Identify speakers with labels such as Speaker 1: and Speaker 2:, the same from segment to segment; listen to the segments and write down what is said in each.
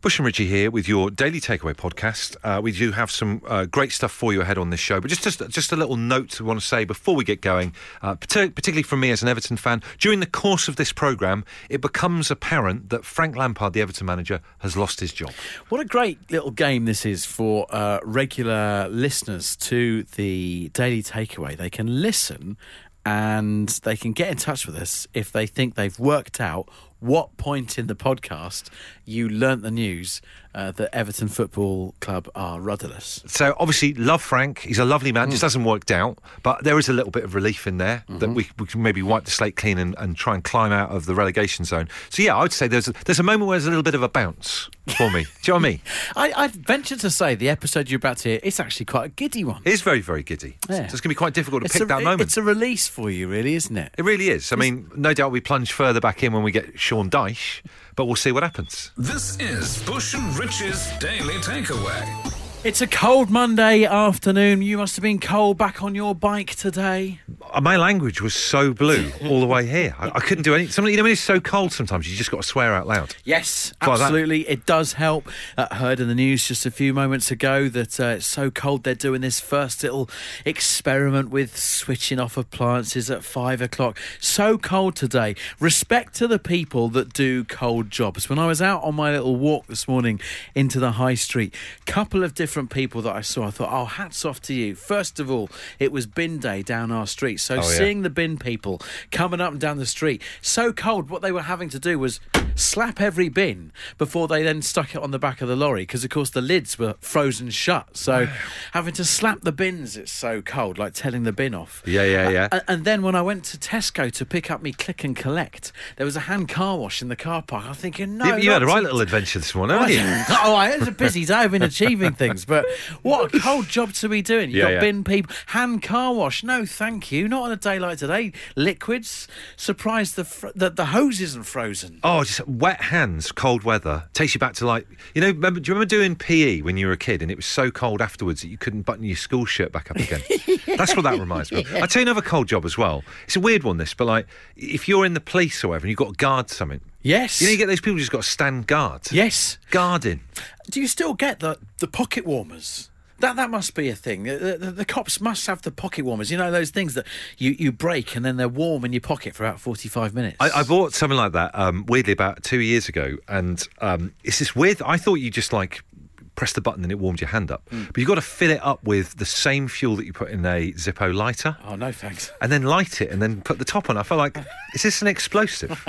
Speaker 1: Bush and Richie here with your daily takeaway podcast. Uh, we do have some uh, great stuff for you ahead on this show, but just, just just a little note we want to say before we get going, uh, partic- particularly from me as an Everton fan. During the course of this program, it becomes apparent that Frank Lampard, the Everton manager, has lost his job.
Speaker 2: What a great little game this is for uh, regular listeners to the Daily Takeaway. They can listen and they can get in touch with us if they think they've worked out what point in the podcast you learnt the news uh, that Everton Football Club are rudderless.
Speaker 1: So obviously, love Frank. He's a lovely man. Just hasn't worked out, but there is a little bit of relief in there that we, we can maybe wipe the slate clean and, and try and climb out of the relegation zone. So yeah, I would say there's a, there's a moment where there's a little bit of a bounce for me. do you know what I mean?
Speaker 2: I, I venture to say the episode you're about to hear is actually quite a giddy one.
Speaker 1: It is very very giddy.
Speaker 2: Yeah.
Speaker 1: So it's going to be quite difficult to
Speaker 2: It's
Speaker 1: pick
Speaker 2: a,
Speaker 1: that
Speaker 2: it-
Speaker 1: moment.
Speaker 2: It's a release for you, really, isn't it?
Speaker 1: It really is. I mean, no doubt we plunge further back in when we get Sean Dyche, but we'll see what happens.
Speaker 3: This is Bush and Rich's Daily Takeaway.
Speaker 2: It's a cold Monday afternoon. You must have been cold back on your bike today.
Speaker 1: Uh, My language was so blue all the way here. I, I couldn't do anything. Something, you know, when it's so cold sometimes, you just got to swear out loud.
Speaker 2: Yes,
Speaker 1: Try that.
Speaker 2: absolutely. It does help. Uh, heard in the news just a few moments ago that uh, it's so cold they're doing this first little experiment with switching off appliances at five o'clock. So cold today. Respect to the people that do cold jobs. When I was out on my little walk this morning into the high street, couple of different people that I saw, I thought, oh, hats off to you. First of all, it was bin day down our street. So
Speaker 1: yeah.
Speaker 2: seeing the bin people coming up and down the street. So cold, what they were having to do was slap every bin before they then stuck it on the back of the lorry because, of course, the lids were frozen shut. So having to slap the bins, it's so cold, like telling the bin off.
Speaker 1: Yeah, yeah,
Speaker 2: A-
Speaker 1: yeah.
Speaker 2: a- and then when I went to Tesco to pick up me click and collect, there was a hand car wash in the car park. I'm thinking, no.
Speaker 1: you, you had a
Speaker 2: not
Speaker 1: right little adventure this morning, haven't you?
Speaker 2: uh, oh, I- it's a busy day. I've been achieving things, but what a cold job to be doing. You've
Speaker 1: Yeah,
Speaker 2: got
Speaker 1: yeah.
Speaker 2: bin people, hand car wash. No, thank you. Not on a day like today. Liquids. Surprised the fr- that the hose isn't frozen.
Speaker 1: Oh, just wet hands, cold weather takes you back to like you know. Remember, do you remember doing PE when you were a kid and it was so cold afterwards that you couldn't button your school shirt back up again? That's what that reminds me. of. I tell you another cold job as well. It's a weird one, this, but like if you're in the police or whatever and you've got to guard something,
Speaker 2: Yes.
Speaker 1: you know, you get those people who just got to stand guard.
Speaker 2: yes.
Speaker 1: guarding.
Speaker 2: Do you still get the the pocket warmers? That that must be a thing. The, the, the cops must have the pocket warmers. You know those things that you, you break and then they're warm in your pocket for about forty five minutes.
Speaker 1: I, I bought something like that um, weirdly about two years ago, and um, it's this weird. I thought you just like press the button and it warmed your hand up, but you've got to fill it up with the same fuel that you put in a Zippo lighter.
Speaker 2: oh no, thanks.
Speaker 1: and then light it and then put the top on. I felt like, is this an explosive?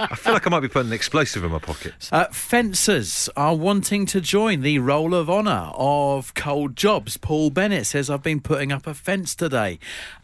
Speaker 1: I feel like I might be putting an explosive in my pocket.
Speaker 2: Uh, fencers are wanting to join the roll of honour of cold jobs. Paul Bennett says, I've been putting up a fence today.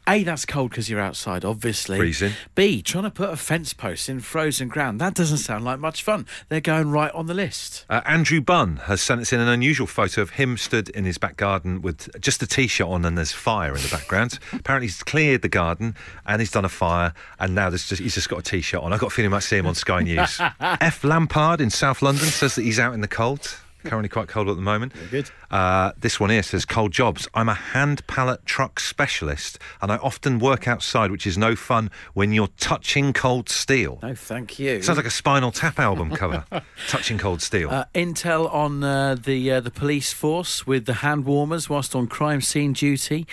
Speaker 2: A, that's cold because you're outside, obviously.
Speaker 1: Freezing.
Speaker 2: B, trying to put a fence post in frozen ground. That doesn't sound like much fun. They're going right on the list.
Speaker 1: Uh, Andrew Bunn has sent us in an unusual photo of him stood in his back garden with just a t shirt on and there's fire in the background. Apparently, he's cleared the garden and he's done a fire and now there's just, he's just got a t shirt on. I've got a feeling I might see him on Sky News. F. Lampard in South London says that he's out in the cold. Currently quite cold at the moment.
Speaker 2: good.
Speaker 1: Uh, this one here says cold jobs. I'm a hand pallet truck specialist, and I often work outside, which is no fun when you're touching cold steel.
Speaker 2: No, thank you.
Speaker 1: Sounds like a Spinal Tap album cover. touching cold steel.
Speaker 2: Uh, intel on uh, the uh, the police force with the hand warmers whilst on crime scene duty.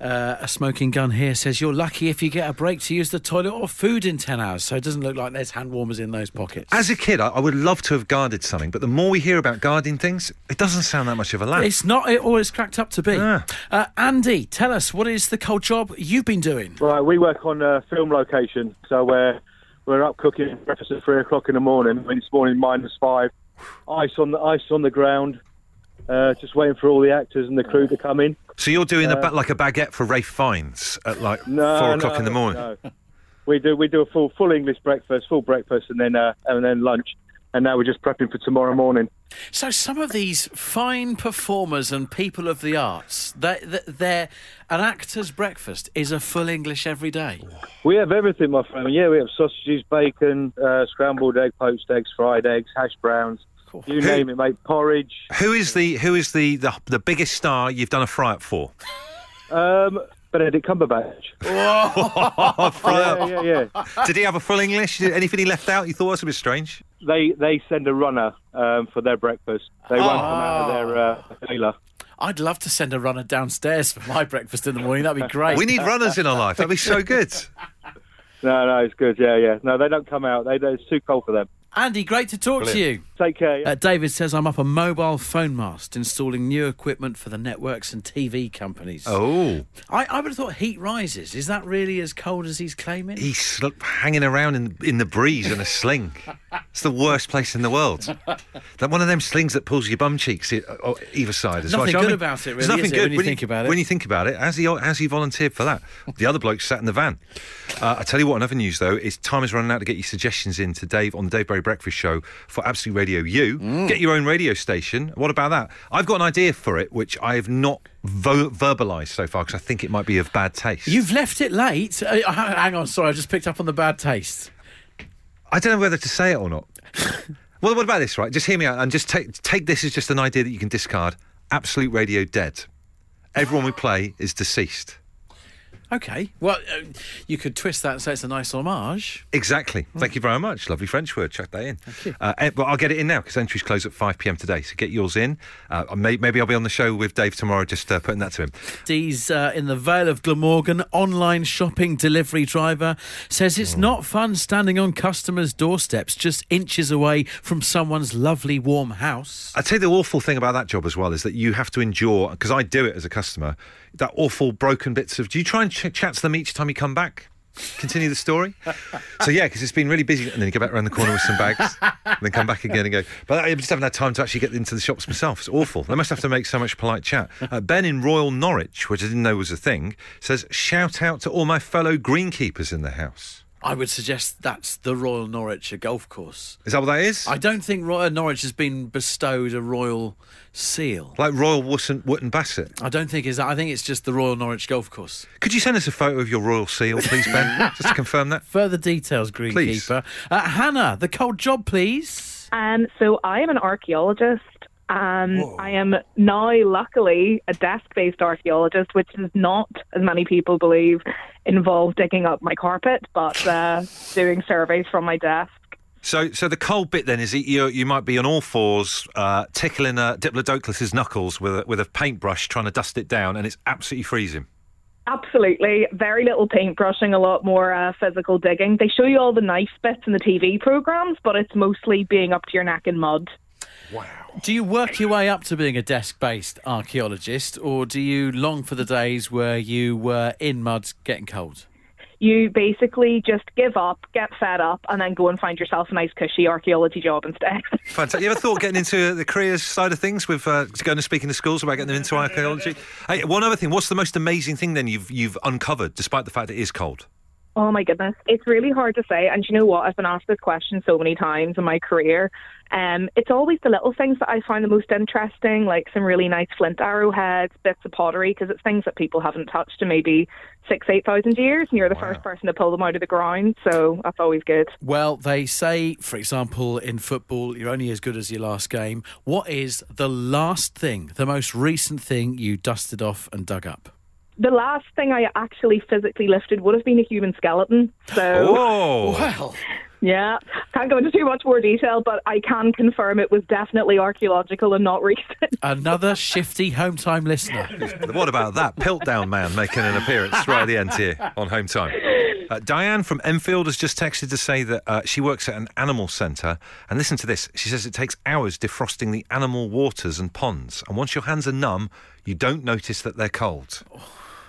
Speaker 2: Uh, a smoking gun here says you're lucky if you get a break to use the toilet or food in 10 hours. So it doesn't look like there's hand warmers in those pockets.
Speaker 1: As a kid, I, I would love to have guarded something, but the more we hear about guarding things, it doesn't sound that much of a laugh.
Speaker 2: it's not it all it's cracked up to be.
Speaker 1: Yeah.
Speaker 2: Uh, Andy, tell us what is the cold job you've been doing?
Speaker 4: Right, we work on a film location, so we're we're up cooking breakfast at three o'clock in the morning. I mean, it's morning minus five, ice on the ice on the ground, uh, just waiting for all the actors and the crew to come in.
Speaker 1: so you're doing a ba- like a baguette for Rafe Fiennes at like
Speaker 4: No,
Speaker 1: four
Speaker 4: no,
Speaker 1: o'clock in the morning.
Speaker 4: no. We do we do a full full English breakfast, full breakfast, and then uh, and then lunch, and now we're just prepping for tomorrow morning.
Speaker 2: So some of these fine performers and people of the arts, they they- they're an actor's breakfast is a full English every day.
Speaker 4: We have everything, my friend. Yeah, we have sausages, bacon, uh, scrambled egg, poached eggs, fried eggs, hash browns. You name it, mate. Porridge.
Speaker 1: Who is the who is the, the the biggest star you've done a fry up for?
Speaker 4: Um, Benedict Cumberbatch.
Speaker 1: Fry
Speaker 4: Oh, Yeah, yeah, yeah.
Speaker 1: up. Did he have a full English? Did- Anything he left out? You thought was a bit strange.
Speaker 4: they they send a runner um, for their breakfast. They won't come out of their uh, trailer.
Speaker 2: I'd love to send a runner downstairs for my breakfast in the morning. That'd be great.
Speaker 1: We need runners in our life. That'd be so good.
Speaker 4: No, no, it's good. Yeah, yeah. No, they don't come out. They, they it's too cold for them.
Speaker 2: Andy, great to talk to you.
Speaker 4: Take care. yeah.
Speaker 2: Uh, David says, I'm up a mobile phone mast installing new equipment for the networks and TV companies.
Speaker 1: Oh,
Speaker 2: I, I would have thought heat rises. Is that really as cold as he's claiming?
Speaker 1: he's sl- hanging around in in the breeze in a sling. It's the worst place in the world. That one of them slings that pulls your bum cheeks i- o- either side as well.
Speaker 2: Nothing
Speaker 1: Do you know what
Speaker 2: good
Speaker 1: I mean?
Speaker 2: about it, really,
Speaker 1: There's nothing
Speaker 2: is it,
Speaker 1: good
Speaker 2: when you think about it?
Speaker 1: When you think about it, has he has he volunteered for that? The other bloke sat in the van. Uh, I tell you what. Another news though is time is running out to get your suggestions in to Dave on the Dave Berry Breakfast Show for Absolute Radio. You
Speaker 2: Mm.
Speaker 1: get your own radio station. What about that? I've got an idea for it, which I have not vo- verbalised so far because I think it might be of bad taste.
Speaker 2: You've left it late. Uh, h- hang on, sorry, I just picked up on the bad taste.
Speaker 1: I don't know whether to say it or not. well, what about this, right? Just hear me out and just take take this as just an idea that you can discard. Absolute Radio dead. Everyone we play is deceased.
Speaker 2: Okay. Well, uh, you could twist that and say it's a nice homage.
Speaker 1: Exactly. Thank you very much. Lovely French word. Chuck that in. Uh, eh, but I'll get it in now because entries close at 5 p.m. today. So get yours in. Uh, I may, maybe I'll be on the show with Dave tomorrow, just uh, putting that to him.
Speaker 2: Dee's uh, in the Vale of Glamorgan, online shopping delivery driver, says it's not fun standing on customers' doorsteps just inches away from someone's lovely warm house.
Speaker 1: I'd say the awful thing about that job as well is that you have to endure, because I do it as a customer, that awful broken bits of. Do you try and ch- chat to them each time you come back? Continue the story? so, yeah, because it's been really busy. And then you go back around the corner with some bags, and then come back again and go. But I just haven't had time to actually get into the shops myself. It's awful. They must have to make so much polite chat. Uh, ben in Royal Norwich, which I didn't know was a thing, says, Shout out to all my fellow greenkeepers in the house.
Speaker 2: I would suggest that's the Royal Norwich, a golf course.
Speaker 1: Is that what that is?
Speaker 2: I don't think Royal Norwich has been bestowed a royal seal.
Speaker 1: like Royal Wotton, Wotton Bassett.
Speaker 2: I don't think is that. I think it's just the Royal Norwich Golf Course.
Speaker 1: Could you send us a photo of your Royal Seal, please, Ben? just to confirm that.
Speaker 2: Further details,
Speaker 1: Please.
Speaker 2: Greenkeeper. Uh, Hannah, the cold job, please.
Speaker 5: Um, so I am an archaeologist. Um, I am now, luckily, a desk-based archaeologist, which is not, as many people believe, involved digging up my carpet, but uh, doing surveys from my desk.
Speaker 1: So, so the cold bit then is that you you might be on all fours, uh, tickling uh, Diplodocus's knuckles with a, with a paintbrush, trying to dust it down, and it's absolutely freezing.
Speaker 5: Absolutely, very little paintbrushing, a lot more uh, physical digging. They show you all the nice bits in the TV programs, but it's mostly being up to your neck in mud.
Speaker 2: Do you work your way up to being a desk-based archaeologist, or do you long for the days where you were in mud getting cold?
Speaker 5: You basically just give up, get fed up, and then go and find yourself a nice, cushy archaeology job instead.
Speaker 1: Fantastic. You ever thought getting into the careers side of things with uh, going and speaking to schools about getting them into archaeology? Hey, one other thing. What's the most amazing thing then you've you've uncovered, despite the fact it is cold?
Speaker 5: Oh my goodness, it's really hard to say. And you know what? I've been asked this question so many times in my career. Um, it's always the little things that I find the most interesting, like some really nice flint arrowheads, bits of pottery, because it's things that people haven't touched in maybe six, eight thousand years, and you're the first person to pull them out of the ground. So that's always good.
Speaker 2: Well, they say, for example, in football, you're only as good as your last game. What is the last thing, the most recent thing you dusted off and dug up?
Speaker 5: The last thing I actually physically lifted would have been a human skeleton. So
Speaker 1: Oh,
Speaker 2: Well,
Speaker 5: yeah, can't go into too much more detail, but I can confirm it was definitely archaeological and not recent.
Speaker 2: another shifty home time listener.
Speaker 1: what about that Piltdown man making an appearance right at the end here on Home Time? Uh, Diane from Enfield has just texted to say that uh, she works at an animal centre. And listen to this. She says it takes hours defrosting the animal waters and ponds. And once your hands are numb, you don't notice that they're cold.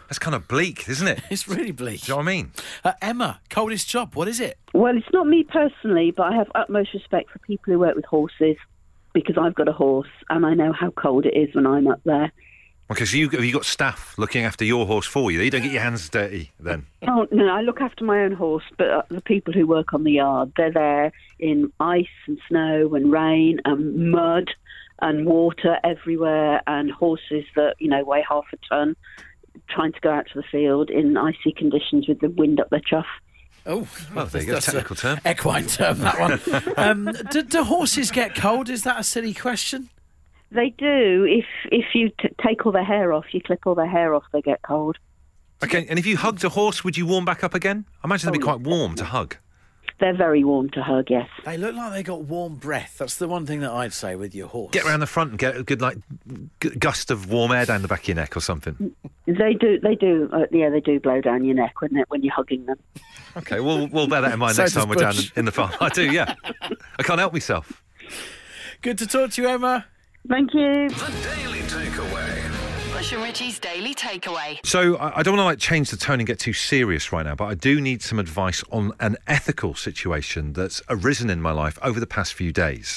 Speaker 1: That's kind of bleak, isn't it?
Speaker 2: It's really bleak.
Speaker 1: Do you know what I mean?
Speaker 2: Uh, Emma, coldest job. What is it?
Speaker 6: Well, it's not me personally, but I have utmost respect for people who work with horses because I've got a horse and I know how cold it is when I'm up there.
Speaker 1: Okay, so you, have you got staff looking after your horse for you? You don't get your hands dirty then.
Speaker 6: Oh no, I look after my own horse, but uh, the people who work on the yard, they're there in ice and snow and rain and mud and water everywhere and horses that, you know, weigh half a ton trying to go out to the field in icy conditions with the wind up their chuff.
Speaker 2: Oh,
Speaker 1: Well, there you go,
Speaker 2: that's a
Speaker 1: technical term.
Speaker 2: Equine term, that one. um, do, do horses get cold? Is that a silly question?
Speaker 6: They do. If if you t- take all their hair off, you clip all their hair off, they get cold.
Speaker 1: Okay, and if you hugged a horse, would you warm back up again? I imagine that'd be quite warm to hug.
Speaker 6: They're very warm to hug, yes.
Speaker 2: They look like they got warm breath. That's the one thing that I'd say with your horse.
Speaker 1: Get round the front and get a good like g- gust of warm air down the back of your neck or something.
Speaker 6: They do, they do, uh, yeah, they do blow down your neck, wouldn't it, when you're hugging them?
Speaker 1: Okay, we'll we'll bear that in mind
Speaker 2: So
Speaker 1: next
Speaker 2: does
Speaker 1: time we're down
Speaker 2: Bush.
Speaker 1: in the farm. I do, yeah. I can't help myself.
Speaker 2: Good to talk to you, Emma.
Speaker 6: Thank you.
Speaker 3: The Daily Takeaway.
Speaker 7: Bush and Richie's Daily Takeaway.
Speaker 1: So I, I don't want to like change the tone and get too serious right now, but I do need some advice on an ethical situation that's arisen in my life over the past few days.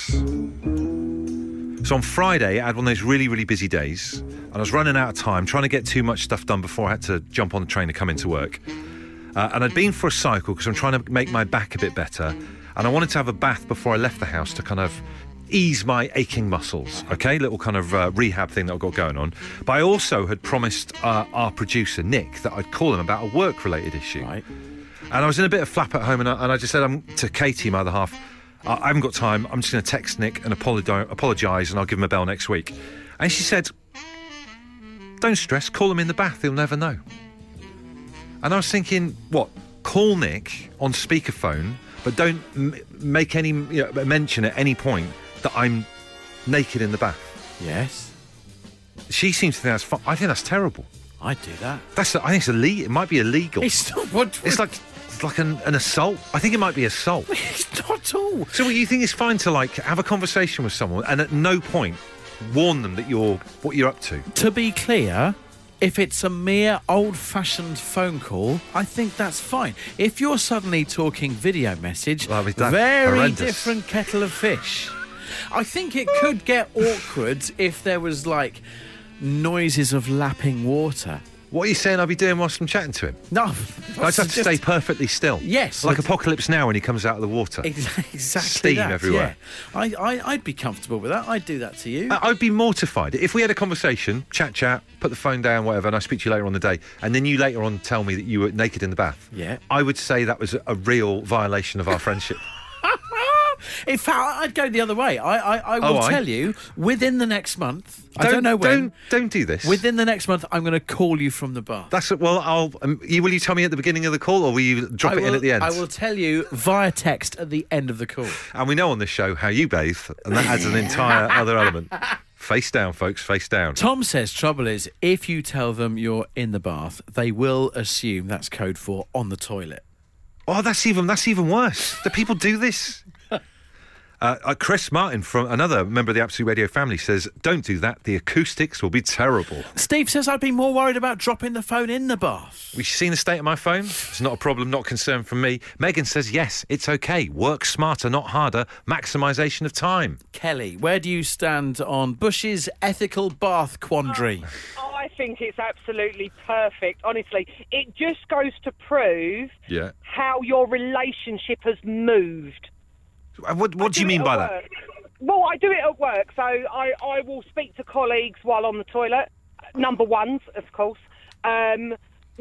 Speaker 1: So on Friday, I had one of those really, really busy days, and I was running out of time, trying to get too much stuff done before I had to jump on the train to come into work. Uh, and I'd been for a cycle because I'm trying to make my back a bit better, and I wanted to have a bath before I left the house to kind of ease my aching muscles. Okay, little kind of uh, rehab thing that I've got going on. But I also had promised uh, our producer Nick that I'd call him about a work-related issue.
Speaker 2: Right.
Speaker 1: And I was in a bit of flap at home, and I, and I just said um, to Katie, my other half, I, I haven't got time. I'm just going to text Nick and apologise, apologise, and I'll give him a bell next week. And she said, Don't stress, call him in the bath, he'll never know. And I was thinking, what? Call Nick on speakerphone, but don't m- make any you know, mention at any point that I'm naked in the bath.
Speaker 2: Yes,
Speaker 1: She seems to think that's fine. I think that's terrible.
Speaker 2: I'd do that.
Speaker 1: That's I think it's ille- It might be illegal.
Speaker 2: It's not what.
Speaker 1: It's like it's like an, an assault. I think it might be assault.
Speaker 2: it's not at all.
Speaker 1: So, what you think it's fine to like have a conversation with someone and at no point warn them that you're what you're up to?
Speaker 2: To be clear, if it's a mere old fashioned phone call, I think that's fine. If you're suddenly talking video message,
Speaker 1: Well, I mean, that's
Speaker 2: very
Speaker 1: horrendous.
Speaker 2: different kettle of fish. I think it could get awkward if there was like noises of lapping water.
Speaker 1: What are you saying? I'll be doing whilst I'm chatting to him.
Speaker 2: No,
Speaker 1: I just have to
Speaker 2: suggest-
Speaker 1: stay perfectly still.
Speaker 2: Yes.
Speaker 1: like Apocalypse Now when he comes out of the water.
Speaker 2: Ex- Exactly.
Speaker 1: Steam
Speaker 2: that,
Speaker 1: everywhere. Ah.
Speaker 2: Yeah. I, I, I'd be comfortable with that. I'd do that to you.
Speaker 1: I- I'd be mortified if we had a conversation, chat, chat, put the phone down, whatever, and I speak to you later on the day, and then you later on tell me that you were naked in the bath.
Speaker 2: Yeah.
Speaker 1: I would say that was a real violation of our friendship.
Speaker 2: In fact, I'd go the other way. I, I, I will
Speaker 1: Oh, I-
Speaker 2: tell you within the next month. I don't know when.
Speaker 1: Don't don't do this.
Speaker 2: Within the next month, I'm going to call you from the bar.
Speaker 1: that's well. I'll. Um, you, will you tell me at the beginning of the call, or will you drop
Speaker 2: I
Speaker 1: it
Speaker 2: will,
Speaker 1: in at the end?
Speaker 2: I will tell you via text at the end of the call.
Speaker 1: And we know on this show how you bathe, and that adds an entire other element. Face down, folks, face down.
Speaker 2: Tom says trouble is if you tell them you're in the bath, they will assume that's code for on the toilet.
Speaker 1: Oh, that's even that's even worse. Do people do this? Uh, uh, Chris Martin from another member of the Absolute Radio family says, "Don't do that. The acoustics will be terrible."
Speaker 2: Steve says I'd be more worried about dropping the phone in the bath.
Speaker 1: We've seen the state of my phone. It's not a problem, not a concern from me. Megan says, "Yes, it's okay. Work smarter, not harder. Maximisation of time."
Speaker 2: Kelly, where do you stand on Bush's ethical bath quandary?
Speaker 8: Oh, I think it's absolutely perfect. Honestly, it just goes to prove
Speaker 1: Yeah.
Speaker 8: how your relationship has moved.
Speaker 1: Uh, What What do you
Speaker 8: it
Speaker 1: mean
Speaker 8: at
Speaker 1: by that?
Speaker 8: work. Well, I do it at work, so I, I will speak to colleagues while on the toilet. Number ones, of course. Um,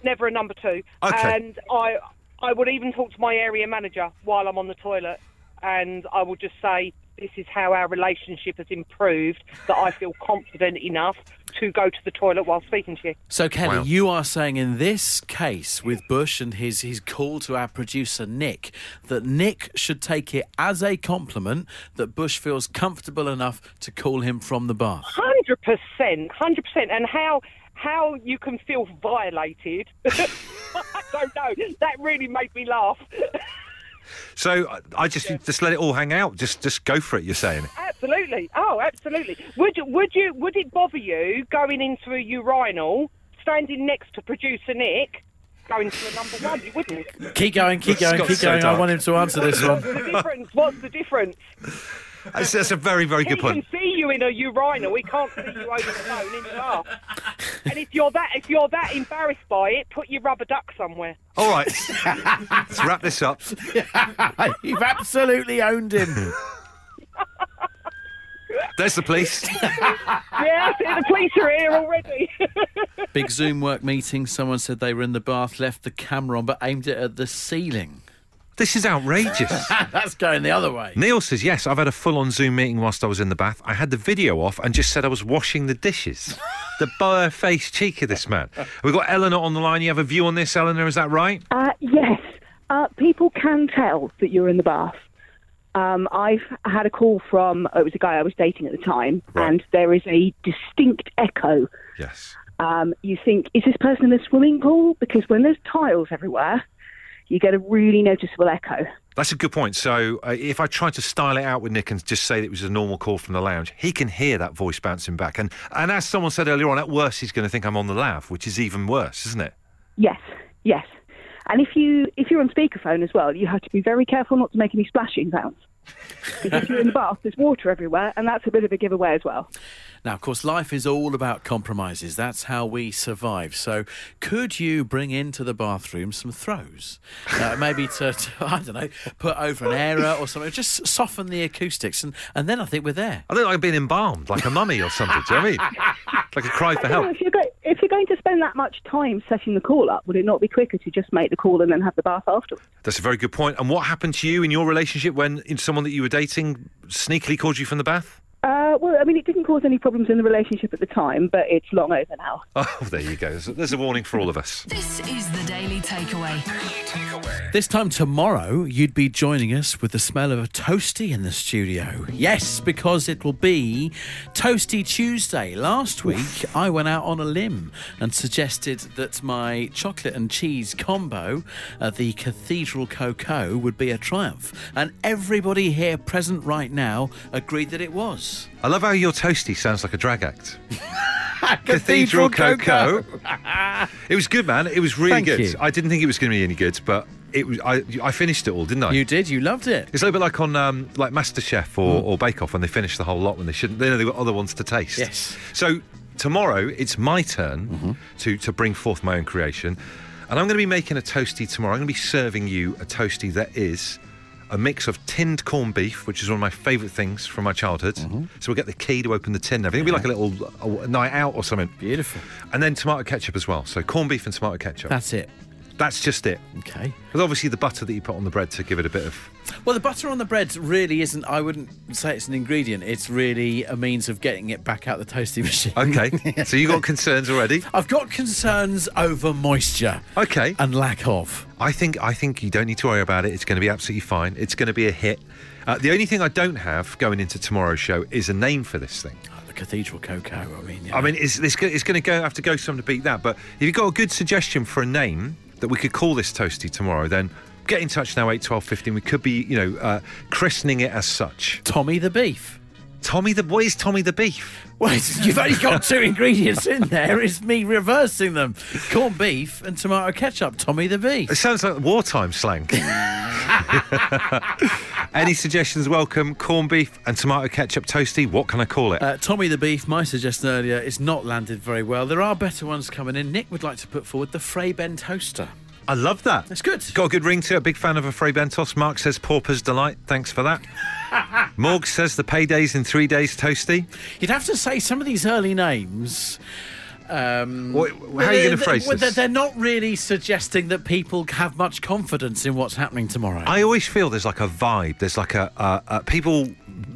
Speaker 8: never a number two.
Speaker 1: Okay.
Speaker 8: And I I would even talk to my area manager while I'm on the toilet, and I will just say. This is how our relationship has improved. That I feel confident enough to go to the toilet while speaking to you.
Speaker 2: So, Kelly,
Speaker 1: Wow.
Speaker 2: you are saying in this case with Bush and his, his call to our producer, Nick, that Nick should take it as a compliment that Bush feels comfortable enough to call him from the bath.
Speaker 8: Hundred percent, hundred percent, and how how you can feel violated. I don't know. That really made me laugh.
Speaker 1: So I- I just just let it all hang out. Just just go for it. You're saying.
Speaker 8: Absolutely. Oh, absolutely. Would you- would you would it bother you going into a urinal, standing next to producer Nick, going to a number one? You wouldn't.
Speaker 2: Keep going, keep
Speaker 1: This
Speaker 2: going,
Speaker 1: got
Speaker 2: keep
Speaker 1: so
Speaker 2: going. I
Speaker 1: dark.
Speaker 2: want him to answer this one.
Speaker 8: The difference. What's the difference?
Speaker 1: That's, that's a very very good
Speaker 8: he
Speaker 1: point.
Speaker 8: can see you in a urinal. He can't see you over the phone in the bar. And if you're that if you're that embarrassed by it, put your rubber duck somewhere.
Speaker 1: All right, let's wrap this up.
Speaker 2: You've absolutely owned him.
Speaker 1: There's the police.
Speaker 8: Yeah, see, the police are here already.
Speaker 2: Big Zoom work meeting. Someone said they were in the bath, left the camera on, but aimed it at the ceiling.
Speaker 1: This is outrageous.
Speaker 2: That's going the other way.
Speaker 1: Neil says, Yes, I've had a full on Zoom meeting whilst I was in the bath. I had the video off and just said I was washing the dishes. the bare face cheek of this man. We've got Eleanor on the line. You have a view on this, Eleanor? Is that right?
Speaker 9: Uh, yes, uh, people can tell that you're in the bath. Um, I've had a call from uh, it was a guy I was dating at the time,
Speaker 1: Right.
Speaker 9: and there is a distinct echo.
Speaker 1: Yes.
Speaker 9: Um, you think, is this person in a swimming pool? Because when there's tiles everywhere, you get a really noticeable echo.
Speaker 1: That's a good point. So, uh, if I tried to style it out with Nick and just say that it was a normal call from the lounge, he can hear that voice bouncing back. And and as someone said earlier on, at worst, he's going to think I'm on the lav, which is even worse, isn't it?
Speaker 9: Yes, yes. And if you if you're on speakerphone as well, you have to be very careful not to make any splashing sounds. Because if you're in the bath, there's water everywhere, and that's a bit of a giveaway as well.
Speaker 2: Now, of course, life is all about compromises. That's how we survive. So, could you bring into the bathroom some throws? Uh, maybe to, to, I don't know, put over an error or something. Just soften the acoustics, and, and then I think we're there.
Speaker 1: I look like I'm being embalmed, like a mummy or something. do you know what I mean? Like a cry for
Speaker 9: You know,
Speaker 1: help.
Speaker 9: if you're go- if you're going to spend that much time setting the call up, would it not be quicker to just make the call and then have the bath afterwards?
Speaker 1: That's a very good point. And what happened to you in your relationship when someone that you were dating sneakily called you from the bath?
Speaker 9: Uh, well, I mean, it didn't cause any problems in the relationship at the time, but it's long over now.
Speaker 1: Oh, there you go. There's a, there's a warning for all of us.
Speaker 7: This is the Daily Takeaway.
Speaker 3: Daily Takeaway.
Speaker 2: This time tomorrow, you'd be joining us with the smell of a toasty in the studio. Yes, because it will be Toasty Tuesday. Last week, I went out on a limb and suggested that my chocolate and cheese combo, uh, the Cathedral Cocoa, would be a triumph. And everybody here present right now agreed that it was.
Speaker 1: I love how your toasty sounds like a drag act. Cathedral Cocoa. it was good, man. It was really
Speaker 2: Thank
Speaker 1: good.
Speaker 2: you.
Speaker 1: I didn't think it was going to be any good, but it was. I I finished it all, didn't I?
Speaker 2: You did, you loved it.
Speaker 1: it's a little bit like on um, like MasterChef or, or Bake Off when they finish the whole lot when they shouldn't. They know they've got other ones to taste.
Speaker 2: Yes.
Speaker 1: So tomorrow it's my turn to to bring forth my own creation, and I'm going to be making a toasty tomorrow. I'm going to be serving you a toasty that is. A mix of tinned corned beef, which is one of my favourite things from my childhood. So we'll get the key to open the tin. and everything. It'll be like a little a, a night out or something.
Speaker 2: Beautiful.
Speaker 1: And then tomato ketchup as well. So corned beef and tomato ketchup.
Speaker 2: That's it.
Speaker 1: That's just it.
Speaker 2: Okay.
Speaker 1: But obviously the butter that you put on the bread to give it a bit of.
Speaker 2: Well, the butter on the bread really isn't, I wouldn't say it's an ingredient. It's really a means of getting it back out the toasty machine.
Speaker 1: Okay. so you got concerns already.
Speaker 2: I've got concerns over moisture
Speaker 1: Okay.
Speaker 2: and lack of.
Speaker 1: I think I think you don't need to worry about it. It's going to be absolutely fine. It's going to be a hit. Uh, the only thing I don't have going into tomorrow's show is a name for this thing.
Speaker 2: Oh, the cathedral cocoa, I mean. yeah.
Speaker 1: I mean, it's, it's, go- it's going to go have to go something to beat that. But if you've got a good suggestion for a name that we could call this toasty tomorrow, then get in touch now. Eight, twelve, fifteen. We could be, you know, uh, christening it as such.
Speaker 2: Tommy the beef.
Speaker 1: Tommy the what is Tommy the beef?
Speaker 2: Well, it's- you've only got two ingredients in there. It's me reversing them corned beef and tomato ketchup. Tommy the beef.
Speaker 1: It sounds like wartime slang. Any suggestions welcome? Corned beef and tomato ketchup toasty. What can I call it?
Speaker 2: Uh, Tommy the Beef, my suggestion earlier, is not landed very well. There are better ones coming in. Nick would like to put forward the Frey Ben toaster.
Speaker 1: I love that.
Speaker 2: That's good.
Speaker 1: Got a good ring to it. Big fan of a Frey Bentos. Mark says Pauper's Delight. Thanks for that. Morg says the payday's in three days toasty.
Speaker 2: You'd have to say some of these early names. Um,
Speaker 1: Wha- how are you gonna
Speaker 2: they're-
Speaker 1: phrase
Speaker 2: they're-
Speaker 1: this?
Speaker 2: They're not really suggesting that people have much confidence in what's happening tomorrow.
Speaker 1: I always feel there's like a vibe. There's like a uh, uh, people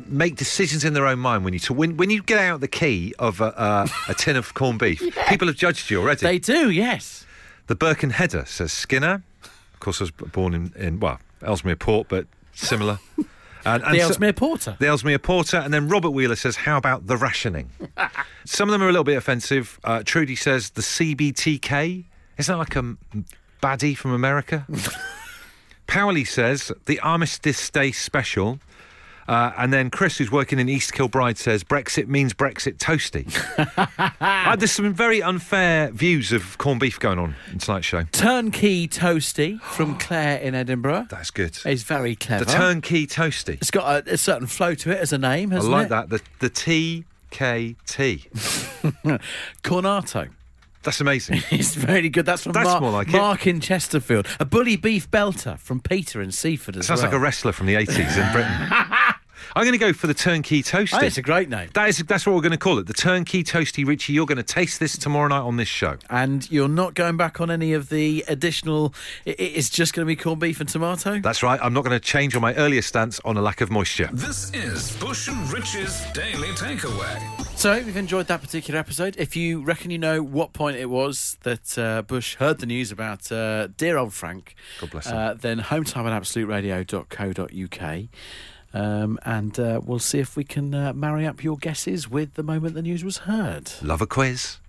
Speaker 1: make decisions in their own mind when you to when, when you get out the key of a, uh, a tin of corned beef. People have judged you already.
Speaker 2: they do, yes.
Speaker 1: The Birkenheader says Skinner. Of course, I was b- born in, in well, Ellesmere Port, but similar. And, and
Speaker 2: The
Speaker 1: so-
Speaker 2: Ellesmere Porter.
Speaker 1: The Ellesmere Porter. And then Robert Wheeler says, How about the rationing? Some of them are a little bit offensive. Uh, Trudy says, The CBTK. Isn't that like a m- baddie from America? Powley says, The Armistice Day special. Uh, and then Chris, who's working in East Kilbride, says Brexit means Brexit toasty. Uh, there's some very unfair views of corned beef going on in tonight's show.
Speaker 2: Turnkey Toasty from Claire in Edinburgh.
Speaker 1: That's good.
Speaker 2: It's very clever.
Speaker 1: The turnkey toasty.
Speaker 2: it's got a, a certain flow to it as a name,
Speaker 1: I
Speaker 2: hasn't
Speaker 1: like
Speaker 2: it?
Speaker 1: that. The the TKT.
Speaker 2: Cornato.
Speaker 1: That's amazing.
Speaker 2: It's very good. That's from
Speaker 1: That's
Speaker 2: Mar-
Speaker 1: more like it.
Speaker 2: Mark in Chesterfield. A bully beef belter from Peter in Seaford as
Speaker 1: Sounds
Speaker 2: well.
Speaker 1: like a wrestler from the 80s in Britain. I'm going to go for the turnkey toasty.
Speaker 2: Oh, it's a great name.
Speaker 1: that is that's what we're going to call it. The turnkey toasty Richie. You're going to taste this tomorrow night on this show.
Speaker 2: and you're not going back on any of the additional. i- i- It's just going to be corned beef and tomato.
Speaker 1: That's right. I'm not going to change on my earlier stance on a lack of moisture.
Speaker 3: This is Bush and Rich's Daily Takeaway.
Speaker 2: So, if you've enjoyed that particular episode, if you reckon you know what point it was that uh, Bush heard the news about uh, dear old Frank,
Speaker 1: God bless him.
Speaker 2: uh, then hometime at absoluteradio.co.uk. Um, and uh, we'll see if we can uh, marry up your guesses with the moment the news was heard.
Speaker 1: Love a quiz.